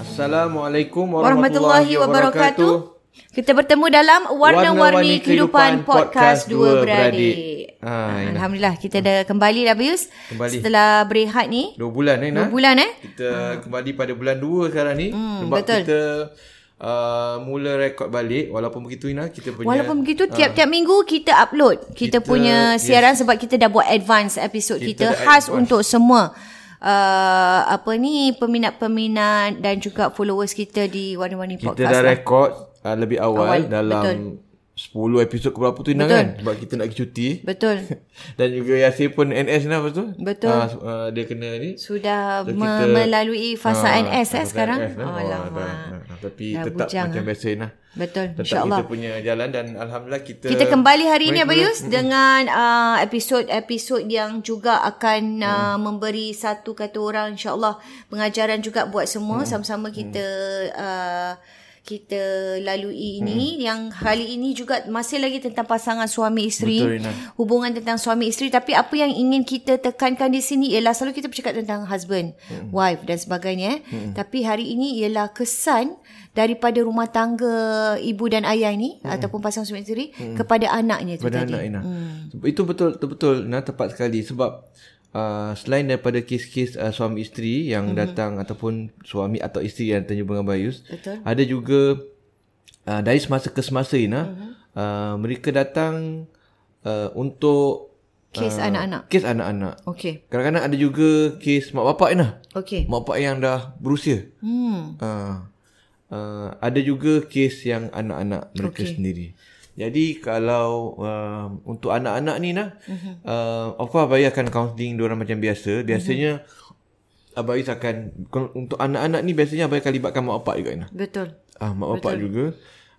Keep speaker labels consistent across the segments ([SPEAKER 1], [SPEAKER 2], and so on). [SPEAKER 1] Assalamualaikum warahmatullahi, warahmatullahi wabarakatuh.
[SPEAKER 2] Kita bertemu dalam Warna-Warni Kehidupan Podcast Dua Beradik. beradik. Ha, Alhamdulillah kita dah kembali dah Bius. Kembali. Setelah berehat ni.
[SPEAKER 1] Dua bulan eh
[SPEAKER 2] Dua bulan eh.
[SPEAKER 1] Kita ha. kembali pada bulan dua sekarang ni. Hmm, sebab betul. kita uh, mula rekod balik walaupun begitu Ina kita punya
[SPEAKER 2] walaupun begitu tiap-tiap uh, minggu kita upload kita, kita punya siaran yes. sebab kita dah buat advance episod kita, kita khas advance. untuk semua uh, apa ni peminat-peminat dan juga followers kita di Warna-Warni
[SPEAKER 1] kita
[SPEAKER 2] Podcast.
[SPEAKER 1] Kita dah lah. rekod uh, lebih awal, awal dalam betul. 10 episod ke berapa tu Ina kan sebab kita nak cuti.
[SPEAKER 2] Betul.
[SPEAKER 1] dan juga Yasir pun NS Ina lepas tu.
[SPEAKER 2] Betul. Uh,
[SPEAKER 1] uh, dia kena ni.
[SPEAKER 2] Sudah so, me- kita, melalui fasa uh,
[SPEAKER 1] Ah,
[SPEAKER 2] NS eh sekarang. NS,
[SPEAKER 1] nah. oh, Alamak. Dah, dah, dah. Tapi dah tetap bujang, lah. macam biasa Ina.
[SPEAKER 2] Betul
[SPEAKER 1] Tetap
[SPEAKER 2] insyaAllah
[SPEAKER 1] kita punya jalan Dan Alhamdulillah kita
[SPEAKER 2] Kita kembali hari ini Abayus mm-hmm. Dengan uh, episod-episod yang juga akan uh, hmm. Memberi satu kata orang InsyaAllah Pengajaran juga buat semua hmm. Sama-sama kita hmm. uh, kita lalui ini hmm. yang kali ini juga masih lagi tentang pasangan suami isteri
[SPEAKER 1] Betul, Ina.
[SPEAKER 2] hubungan tentang suami isteri tapi apa yang ingin kita tekankan di sini ialah selalu kita bercakap tentang husband hmm. wife dan sebagainya hmm. tapi hari ini ialah kesan daripada rumah tangga ibu dan ayah ni hmm. ataupun pasangan suami isteri hmm. kepada anaknya tu
[SPEAKER 1] kepada
[SPEAKER 2] tadi
[SPEAKER 1] anak, Ina. Hmm. itu betul betul Ina tepat sekali sebab uh, selain daripada kes-kes uh, suami isteri yang mm-hmm. datang ataupun suami atau isteri yang tanya dengan Bayus,
[SPEAKER 2] Betul.
[SPEAKER 1] ada juga uh, dari semasa ke semasa Ina, mm-hmm. uh, mereka datang uh, untuk Ah.
[SPEAKER 2] kes uh, anak-anak.
[SPEAKER 1] Kes anak-anak.
[SPEAKER 2] Okey.
[SPEAKER 1] Kadang-kadang ada juga kes mak bapak Ina.
[SPEAKER 2] Okey.
[SPEAKER 1] Mak bapak yang dah berusia.
[SPEAKER 2] Hmm.
[SPEAKER 1] Uh, uh, ada juga kes yang anak-anak mereka okay. sendiri. Jadi kalau uh, untuk anak-anak ni nah, uh-huh. uh, of course Abai akan counseling diorang macam biasa. Biasanya uh-huh. Abai akan untuk anak-anak ni biasanya Abai akan libatkan mak bapak juga nah.
[SPEAKER 2] Betul.
[SPEAKER 1] Ah mak bapak Betul. juga.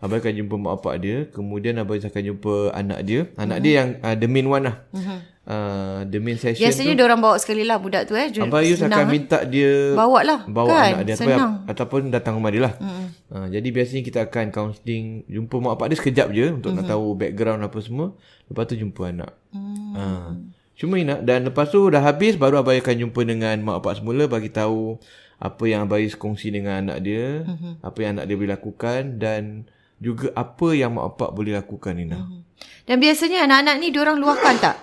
[SPEAKER 1] Abai akan jumpa mak bapak dia, kemudian Abai akan jumpa anak dia. Anak uh-huh. dia yang uh, the main one lah. Uh-huh. Uh, the main session
[SPEAKER 2] Biasanya
[SPEAKER 1] tu
[SPEAKER 2] orang bawa sekali lah budak tu eh
[SPEAKER 1] Abang Yus
[SPEAKER 2] eh?
[SPEAKER 1] akan minta dia
[SPEAKER 2] Bawa lah
[SPEAKER 1] Bawa
[SPEAKER 2] kan?
[SPEAKER 1] anak dia
[SPEAKER 2] Senang.
[SPEAKER 1] ataupun, ataupun datang rumah dia lah mm-hmm. uh, Jadi biasanya kita akan counselling Jumpa mak bapak dia sekejap je Untuk mm-hmm. nak tahu background apa semua Lepas tu jumpa anak mm. uh, Cuma Ina Dan lepas tu dah habis Baru Abang akan jumpa dengan mak bapak semula Bagi tahu Apa yang Abang Yus kongsi dengan anak dia mm-hmm. Apa yang anak dia boleh lakukan Dan juga apa yang mak bapak boleh lakukan Ina mm-hmm.
[SPEAKER 2] Dan biasanya anak-anak ni Diorang luahkan tak?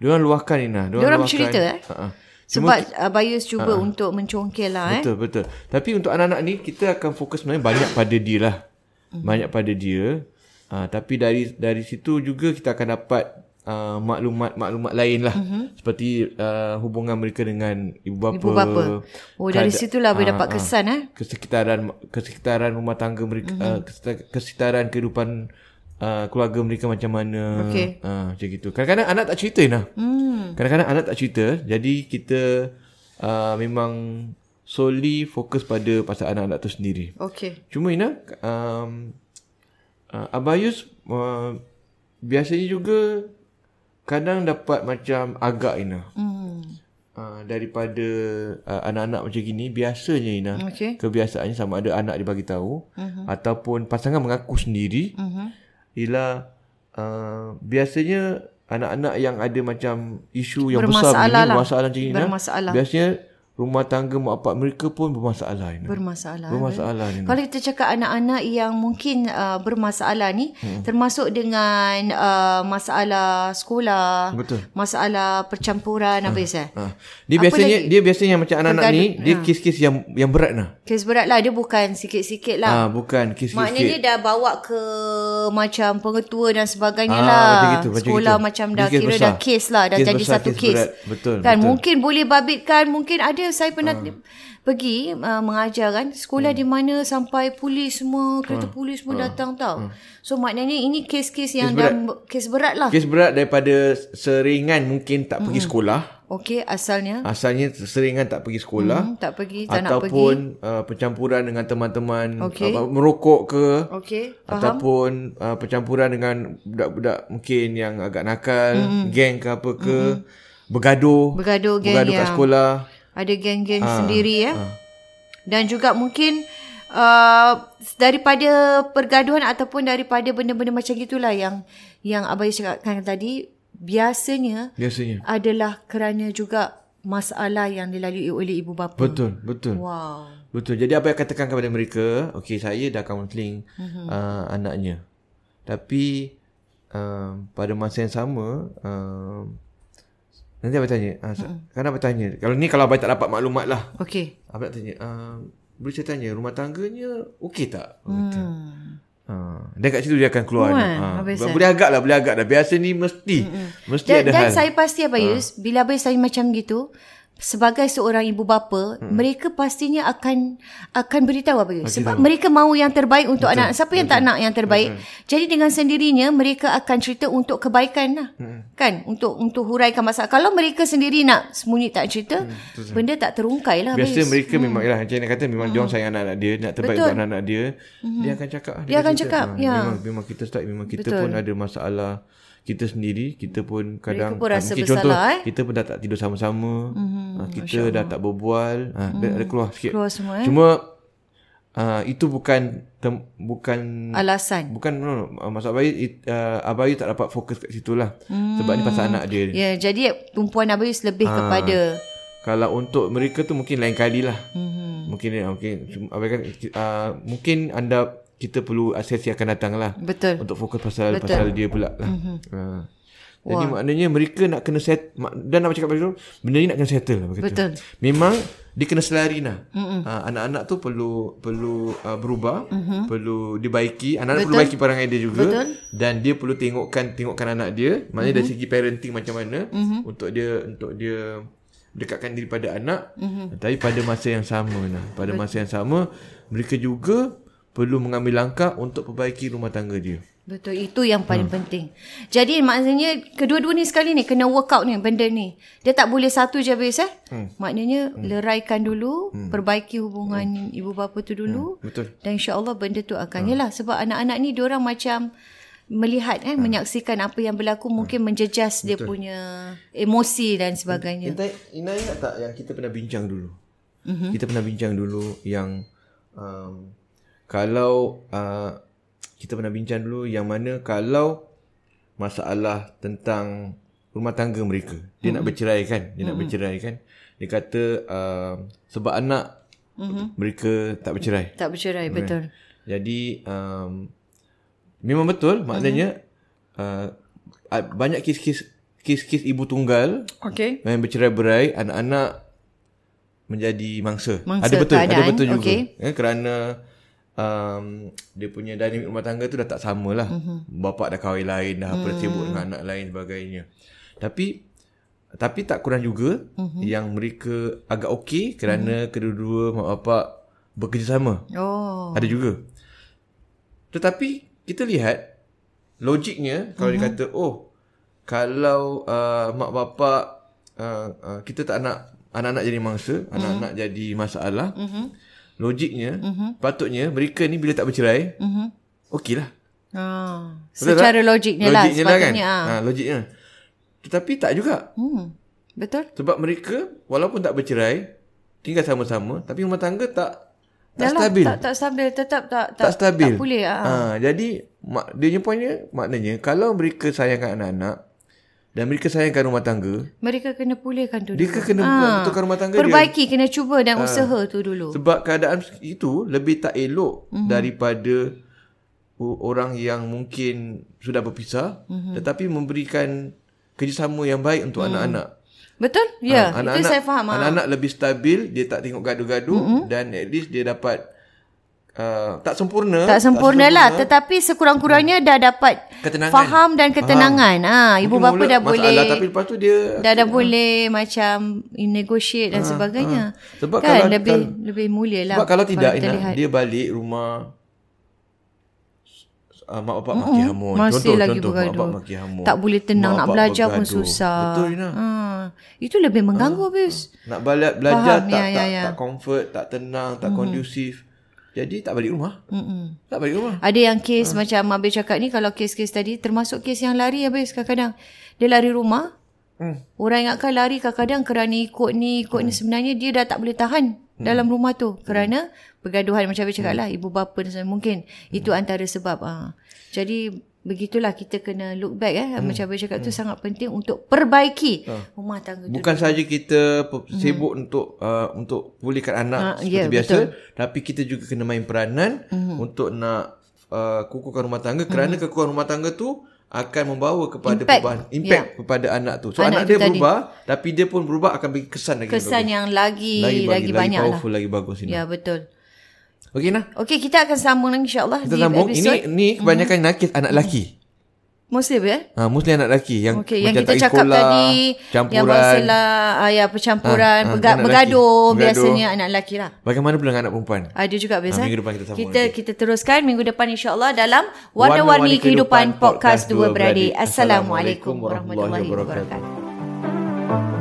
[SPEAKER 1] Diorang luahkan Ina
[SPEAKER 2] Diorang
[SPEAKER 1] luahkan.
[SPEAKER 2] bercerita eh?
[SPEAKER 1] Uh-uh.
[SPEAKER 2] Sebab uh, Bayus cuba uh-uh. untuk mencongkel lah
[SPEAKER 1] Ah. Betul
[SPEAKER 2] eh.
[SPEAKER 1] betul Tapi untuk anak-anak ni Kita akan fokus sebenarnya Banyak pada dia lah
[SPEAKER 2] Mhm.
[SPEAKER 1] mm. Banyak pada dia uh, Tapi dari dari situ juga Kita akan dapat Uh, maklumat-maklumat lain lah mm-hmm. Seperti uh, hubungan mereka dengan ibu
[SPEAKER 2] Mhm.
[SPEAKER 1] bapa
[SPEAKER 2] Ibu bapa Oh dari
[SPEAKER 1] keada-
[SPEAKER 2] situlah boleh
[SPEAKER 1] Ah,
[SPEAKER 2] dapat
[SPEAKER 1] ah.
[SPEAKER 2] kesan eh Mhm.
[SPEAKER 1] Kesekitaran Kesekitaran rumah tangga mereka mm-hmm. uh, kesetar- Kesekitaran kehidupan uh, keluarga mereka macam mana
[SPEAKER 2] Okey.
[SPEAKER 1] uh, macam gitu kadang-kadang anak tak cerita nah
[SPEAKER 2] Hmm
[SPEAKER 1] kadang-kadang anak tak cerita jadi kita uh, memang solely fokus pada pasal anak-anak tu sendiri
[SPEAKER 2] Okay
[SPEAKER 1] cuma Ina um, uh, Abayus uh, biasanya juga kadang dapat macam agak Ina
[SPEAKER 2] Hmm.
[SPEAKER 1] uh, daripada uh, anak-anak macam gini biasanya Ina
[SPEAKER 2] Okey.
[SPEAKER 1] kebiasaannya sama ada anak dia bagi tahu
[SPEAKER 2] Mhm.
[SPEAKER 1] ataupun pasangan mengaku sendiri
[SPEAKER 2] Mhm.
[SPEAKER 1] ialah uh, biasanya anak-anak yang ada macam isu yang
[SPEAKER 2] Bermasalah
[SPEAKER 1] besar begini,
[SPEAKER 2] lah.
[SPEAKER 1] bermasalah macam ini
[SPEAKER 2] Bermasalah.
[SPEAKER 1] biasanya rumah tangga mak bapak mereka pun bermasalah Ina.
[SPEAKER 2] Bermasalah.
[SPEAKER 1] bermasalah Ina.
[SPEAKER 2] Kalau kita cakap anak-anak yang mungkin uh, bermasalah ni hmm. termasuk dengan uh, masalah sekolah,
[SPEAKER 1] Betul.
[SPEAKER 2] masalah percampuran apa ya?
[SPEAKER 1] Ha. Dia
[SPEAKER 2] Apa
[SPEAKER 1] biasanya
[SPEAKER 2] lagi? ha.
[SPEAKER 1] dia biasanya macam anak-anak ni
[SPEAKER 2] Tergaduh.
[SPEAKER 1] dia kes-kes yang yang berat lah.
[SPEAKER 2] Kes berat lah dia bukan sikit-sikit lah.
[SPEAKER 1] Ah ha, bukan kes
[SPEAKER 2] Maknanya
[SPEAKER 1] sikit.
[SPEAKER 2] dah bawa ke macam pengetua dan sebagainya
[SPEAKER 1] Ah,
[SPEAKER 2] lah.
[SPEAKER 1] macam gitu, macam
[SPEAKER 2] Sekolah
[SPEAKER 1] gitu.
[SPEAKER 2] macam
[SPEAKER 1] Dia
[SPEAKER 2] dah
[SPEAKER 1] kes
[SPEAKER 2] kira
[SPEAKER 1] besar.
[SPEAKER 2] dah kes lah. Dah
[SPEAKER 1] Kes
[SPEAKER 2] jadi
[SPEAKER 1] besar,
[SPEAKER 2] satu
[SPEAKER 1] kes
[SPEAKER 2] kes.
[SPEAKER 1] berat. Betul,
[SPEAKER 2] Kan
[SPEAKER 1] betul. Ah.
[SPEAKER 2] mungkin boleh babitkan. Mungkin ada saya pernah pergi uh, mengajar kan.
[SPEAKER 1] Hmm.
[SPEAKER 2] Sekolah di mana sampai polis semua, kereta
[SPEAKER 1] Ah.
[SPEAKER 2] polis semua datang tau. So maknanya ini kes-kes yang dah kes berat lah.
[SPEAKER 1] Kes berat daripada seringan mungkin tak pergi sekolah.
[SPEAKER 2] Okey asalnya.
[SPEAKER 1] Asalnya seringan tak pergi sekolah
[SPEAKER 2] Hmm, tak pergi,
[SPEAKER 1] Ah.
[SPEAKER 2] tak nak pergi.
[SPEAKER 1] ataupun uh, percampuran dengan teman-teman
[SPEAKER 2] Okey.
[SPEAKER 1] uh, merokok ke
[SPEAKER 2] Okey, faham?
[SPEAKER 1] ataupun uh, percampuran dengan budak-budak mungkin yang agak nakal, geng ke apa ke, bergaduh,
[SPEAKER 2] Bergaduh geng
[SPEAKER 1] bergaduh kat
[SPEAKER 2] yang-
[SPEAKER 1] sekolah.
[SPEAKER 2] Ada geng-geng
[SPEAKER 1] Ah.
[SPEAKER 2] sendiri ya. Dan juga mungkin uh, daripada pergaduhan ataupun daripada benda-benda macam gitulah yang yang abai cakapkan tadi biasanya
[SPEAKER 1] Biasanya.
[SPEAKER 2] adalah kerana juga masalah yang dilalui oleh ibu bapa.
[SPEAKER 1] Betul, betul.
[SPEAKER 2] Wow.
[SPEAKER 1] Betul. Jadi apa yang katakan kepada mereka, okey saya dah counseling
[SPEAKER 2] Mhm.
[SPEAKER 1] mm-hmm. uh, anaknya. Tapi um, pada masa yang sama um, nanti abang tanya. Uh,
[SPEAKER 2] Mhm.
[SPEAKER 1] mm-hmm. Kan abang tanya. Kalau ni kalau abang tak dapat maklumat lah.
[SPEAKER 2] Okey.
[SPEAKER 1] Abang nak tanya, um, boleh saya tanya rumah tangganya okey tak? Hmm.
[SPEAKER 2] Hmm.
[SPEAKER 1] Ha, dan kat situ dia akan keluar.
[SPEAKER 2] Puan,
[SPEAKER 1] Ha,
[SPEAKER 2] habis kan?
[SPEAKER 1] boleh agak lah, boleh agak dah. Biasa ni mesti, mm-hmm. mesti
[SPEAKER 2] Dan,
[SPEAKER 1] ada
[SPEAKER 2] dan
[SPEAKER 1] hal.
[SPEAKER 2] saya pasti Abayus, ha. bila Abayus saya macam gitu, sebagai seorang ibu bapa, hmm. mereka pastinya akan akan beritahu Hmm. Abayus. Sebab mereka mahu yang terbaik untuk anak. Siapa yang tak nak yang terbaik? Jadi dengan sendirinya mereka akan cerita untuk kebaikan lah. Hmm. Kan? Untuk untuk huraikan masalah. Kalau mereka sendiri nak sembunyi tak cerita, hmm. benda tak terungkai lah
[SPEAKER 1] Biasa
[SPEAKER 2] Abayus.
[SPEAKER 1] mereka memang yalah macam yang dia kata memang dia orang sayang anak-anak dia, nak terbaik untuk anak-anak dia. Dia akan cakap. ah,
[SPEAKER 2] Mhm. Dia akan
[SPEAKER 1] cerita,
[SPEAKER 2] cakap,
[SPEAKER 1] ah,
[SPEAKER 2] ya.
[SPEAKER 1] Memang memang kita start memang kita
[SPEAKER 2] Betul.
[SPEAKER 1] pun ada masalah kita sendiri, kita pun kadang
[SPEAKER 2] pun
[SPEAKER 1] ah,
[SPEAKER 2] rasa
[SPEAKER 1] mungkin
[SPEAKER 2] bersalah, eh. Mhm,
[SPEAKER 1] kita pun dah tak tidur sama-sama. ah, kita dah tak berbual, ah, dah ada keluar sikit.
[SPEAKER 2] Keluar semua, eh.
[SPEAKER 1] Cuma ah, itu bukan tem, bukan
[SPEAKER 2] Alasan.
[SPEAKER 1] bukan no, no. Ah, maksud Abayu it- ah, Abayu tak dapat fokus kat situ lah.
[SPEAKER 2] Hmm,
[SPEAKER 1] Sebab ni pasal anak dia.
[SPEAKER 2] Ya, jadi tumpuan Abayus lebih ha. kepada
[SPEAKER 1] Kalau untuk mereka tu mungkin lain kali lah. Mm-hmm. Mungkin ah, mungkin cuma- apa kan uh, mungkin anda kita perlu asesi akan datang lah
[SPEAKER 2] betul.
[SPEAKER 1] untuk fokus pasal Betul. pasal dia pula lah. Mm-hmm. Uh. Jadi Wah. maknanya mereka nak kena set mak- dan nak cakap pada dia benda ni nak kena settle lah kata.
[SPEAKER 2] Betul.
[SPEAKER 1] Memang dia kena selari nah. Uh, anak-anak tu perlu perlu uh, berubah, mm-hmm. perlu dibaiki, anak-anak perlu baiki perangai dia juga
[SPEAKER 2] Betul.
[SPEAKER 1] dan dia perlu tengokkan tengokkan anak dia, maknanya mm-hmm. dari segi parenting macam mana mm-hmm. untuk dia untuk dia dekatkan diri pada anak mm-hmm. tapi pada masa yang sama nah. Pada masa yang sama mereka juga perlu mengambil langkah untuk perbaiki rumah tangga dia.
[SPEAKER 2] Betul, itu yang paling hmm. penting. Jadi maknanya kedua-dua ni sekali ni kena work out ni benda ni. Dia tak boleh satu je habis eh. Hmm. Maknanya hmm. leraikan dulu, hmm. perbaiki hubungan hmm. ibu bapa tu dulu.
[SPEAKER 1] Betul.
[SPEAKER 2] Dan insya-Allah benda tu akan hmm. yalah sebab anak-anak ni diorang macam melihat eh menyaksikan apa yang berlaku mungkin menjejas dia punya emosi dan sebagainya.
[SPEAKER 1] Intai, Ina ingat tak yang kita pernah bincang dulu? Mm-hmm. Kita pernah bincang dulu yang um, kalau uh, kita pernah bincang dulu yang mana kalau masalah tentang rumah tangga mereka. Dia mm-hmm. nak bercerai kan? Dia mm-hmm. nak bercerai kan? Dia kata um, sebab anak mm-hmm. mereka tak bercerai.
[SPEAKER 2] Tak bercerai, betul.
[SPEAKER 1] Jadi um, memang betul maknanya uh, ah, banyak kes-kes kes-kes ibu tunggal
[SPEAKER 2] Okey.
[SPEAKER 1] yang bercerai-berai anak-anak menjadi mangsa.
[SPEAKER 2] Mangsa
[SPEAKER 1] ada betul, ada
[SPEAKER 2] keadaan,
[SPEAKER 1] betul juga.
[SPEAKER 2] okey.
[SPEAKER 1] Eh, kerana um, dia punya dinamik rumah tangga tu dah tak sama lah. Mm-hmm.
[SPEAKER 2] Mhm.
[SPEAKER 1] Bapak dah kahwin lain, dah apa dah
[SPEAKER 2] Hmm.
[SPEAKER 1] sibuk dengan anak lain sebagainya. Tapi tapi tak kurang juga
[SPEAKER 2] Mhm.
[SPEAKER 1] mm-hmm. yang mereka agak okey kerana mm-hmm. kedua-dua mak bapak bekerjasama.
[SPEAKER 2] Oh.
[SPEAKER 1] Ada juga. Tetapi kita lihat logiknya kalau
[SPEAKER 2] Mhm.
[SPEAKER 1] mm-hmm. dia kata oh kalau uh, mak bapak uh, uh, kita tak nak anak-anak jadi mangsa,
[SPEAKER 2] Mhm.
[SPEAKER 1] mm-hmm. anak-anak jadi masalah. Mm-hmm. Logiknya mm-hmm. patutnya mereka ni bila tak bercerai,
[SPEAKER 2] Mhm.
[SPEAKER 1] okeylah.
[SPEAKER 2] Ah.
[SPEAKER 1] Betul
[SPEAKER 2] Secara
[SPEAKER 1] tak?
[SPEAKER 2] logiknya, logiknya lah
[SPEAKER 1] Logiknya lah kan.
[SPEAKER 2] sepatutnya. Lah
[SPEAKER 1] Ha, logiknya. Tetapi tak juga.
[SPEAKER 2] Hmm. Betul?
[SPEAKER 1] Sebab mereka walaupun tak bercerai, tinggal sama-sama tapi rumah tangga tak tak
[SPEAKER 2] Yalah,
[SPEAKER 1] stabil.
[SPEAKER 2] Tak, tak stabil. Tetap tak
[SPEAKER 1] tak, tak stabil.
[SPEAKER 2] Tak boleh.
[SPEAKER 1] Ha.
[SPEAKER 2] Ha.
[SPEAKER 1] jadi mak dia punya pointnya maknanya kalau mereka sayangkan anak-anak dan mereka sayangkan rumah tangga,
[SPEAKER 2] Mereka kena pulihkan tu
[SPEAKER 1] mereka kena
[SPEAKER 2] Ah.
[SPEAKER 1] betulkan rumah tangga dia.
[SPEAKER 2] Perbaiki, kena cuba
[SPEAKER 1] Ah.
[SPEAKER 2] dan usaha tu dulu.
[SPEAKER 1] Sebab keadaan itu lebih tak elok
[SPEAKER 2] Mhm.
[SPEAKER 1] mm-hmm. daripada o- orang yang mungkin sudah berpisah
[SPEAKER 2] Mhm.
[SPEAKER 1] mm-hmm. tetapi memberikan kerjasama yang baik untuk mm. anak-anak.
[SPEAKER 2] Betul? Ya,
[SPEAKER 1] Ah,
[SPEAKER 2] Hmm. itu saya faham. ah. Mhm.
[SPEAKER 1] Anak-anak lebih stabil, dia tak tengok gaduh-gaduh mm-hmm. dan at least dia dapat uh, tak sempurna.
[SPEAKER 2] Tak sempurna lah tetapi sekurang-kurangnya dah dapat
[SPEAKER 1] Ketenangan.
[SPEAKER 2] faham dan ketenangan. Ah, ha, ibu
[SPEAKER 1] Mungkin
[SPEAKER 2] bapa
[SPEAKER 1] mula
[SPEAKER 2] dah
[SPEAKER 1] masalah,
[SPEAKER 2] boleh
[SPEAKER 1] Tapi lepas tu dia
[SPEAKER 2] dah dah boleh macam negotiate dan sebagainya.
[SPEAKER 1] Ah, Sebab
[SPEAKER 2] kan
[SPEAKER 1] kalau-
[SPEAKER 2] lebih
[SPEAKER 1] kalau-
[SPEAKER 2] lebih mulia lah.
[SPEAKER 1] sebab kalau tidak
[SPEAKER 2] kita
[SPEAKER 1] Ina,
[SPEAKER 2] lihat.
[SPEAKER 1] dia balik rumah uh, mak bapak maki hamun.
[SPEAKER 2] Masih
[SPEAKER 1] contoh,
[SPEAKER 2] lagi
[SPEAKER 1] contoh,
[SPEAKER 2] bergaduh.
[SPEAKER 1] Mak bapak maki hamun.
[SPEAKER 2] tak boleh tenang
[SPEAKER 1] Mak
[SPEAKER 2] nak
[SPEAKER 1] bapak
[SPEAKER 2] belajar pun
[SPEAKER 1] bergaduh.
[SPEAKER 2] susah.
[SPEAKER 1] Betul Ina.
[SPEAKER 2] Ha, itu lebih mengganggu
[SPEAKER 1] Ah,
[SPEAKER 2] bis.
[SPEAKER 1] Nak balik belajar
[SPEAKER 2] Faham,
[SPEAKER 1] tak
[SPEAKER 2] ya, ya,
[SPEAKER 1] tak
[SPEAKER 2] ya.
[SPEAKER 1] tak comfort, tak tenang, tak kondusif. Jadi tak balik rumah.
[SPEAKER 2] Mm-mm.
[SPEAKER 1] Tak balik rumah.
[SPEAKER 2] Ada yang kes macam Abis cakap ni kalau kes-kes tadi termasuk kes yang lari Abis kadang-kadang dia lari rumah.
[SPEAKER 1] Hmm.
[SPEAKER 2] Orang ingatkan lari kadang-kadang kerana ikut ni, ikut ni sebenarnya dia dah tak boleh tahan
[SPEAKER 1] Hmm.
[SPEAKER 2] dalam rumah tu kerana pergaduhan macam saya cakap lah ibu bapa dan sebagainya. mungkin
[SPEAKER 1] Hmm.
[SPEAKER 2] itu antara sebab ah. Jadi begitulah kita kena look back eh
[SPEAKER 1] Hmm.
[SPEAKER 2] macam saya cakap tu sangat penting untuk perbaiki rumah tangga tu.
[SPEAKER 1] Bukan saja kita pe- sibuk untuk uh, untuk pulihkan anak
[SPEAKER 2] Hmm. Ah,
[SPEAKER 1] seperti
[SPEAKER 2] ya, Hmm.
[SPEAKER 1] biasa, tapi kita juga kena main peranan untuk nak uh, kukuhkan rumah tangga kerana kekuatan rumah tangga tu akan membawa
[SPEAKER 2] Impact.
[SPEAKER 1] kepada
[SPEAKER 2] Ya.
[SPEAKER 1] perubahan impact kepada anak tu. So
[SPEAKER 2] Anak
[SPEAKER 1] anak,
[SPEAKER 2] tu
[SPEAKER 1] dia
[SPEAKER 2] tadi.
[SPEAKER 1] berubah tapi dia pun berubah akan bagi kesan lagi
[SPEAKER 2] Kesan yang lagi lagi,
[SPEAKER 1] lagi
[SPEAKER 2] banyak lah.
[SPEAKER 1] powerful lagi bagus ini.
[SPEAKER 2] Ya betul.
[SPEAKER 1] Okey nah.
[SPEAKER 2] Okey kita akan sambung lagi insya-Allah
[SPEAKER 1] Kita
[SPEAKER 2] di
[SPEAKER 1] sambung ini
[SPEAKER 2] episod Hmm.
[SPEAKER 1] ni kebanyakan nakis anak lelaki.
[SPEAKER 2] Muslim eh.
[SPEAKER 1] Ha, mostly anak lelaki yang
[SPEAKER 2] Okey, yang kita
[SPEAKER 1] macam tak pergi
[SPEAKER 2] cakap
[SPEAKER 1] sekolah,
[SPEAKER 2] tadi yang
[SPEAKER 1] campuran.
[SPEAKER 2] masalah ayah percampuran,
[SPEAKER 1] Ah, ah,
[SPEAKER 2] perga-
[SPEAKER 1] anak
[SPEAKER 2] bergaduh
[SPEAKER 1] lelaki.
[SPEAKER 2] biasanya anak lelaki lah.
[SPEAKER 1] Bagaimana pula dengan anak perempuan?
[SPEAKER 2] Ada juga biasa.
[SPEAKER 1] Ah, minggu depan kita sambung
[SPEAKER 2] kita,
[SPEAKER 1] lagi.
[SPEAKER 2] kita teruskan minggu depan insya-Allah dalam warna-warni kehidupan podcast dua beradik. Assalamualaikum warahmatullahi wabarakatuh.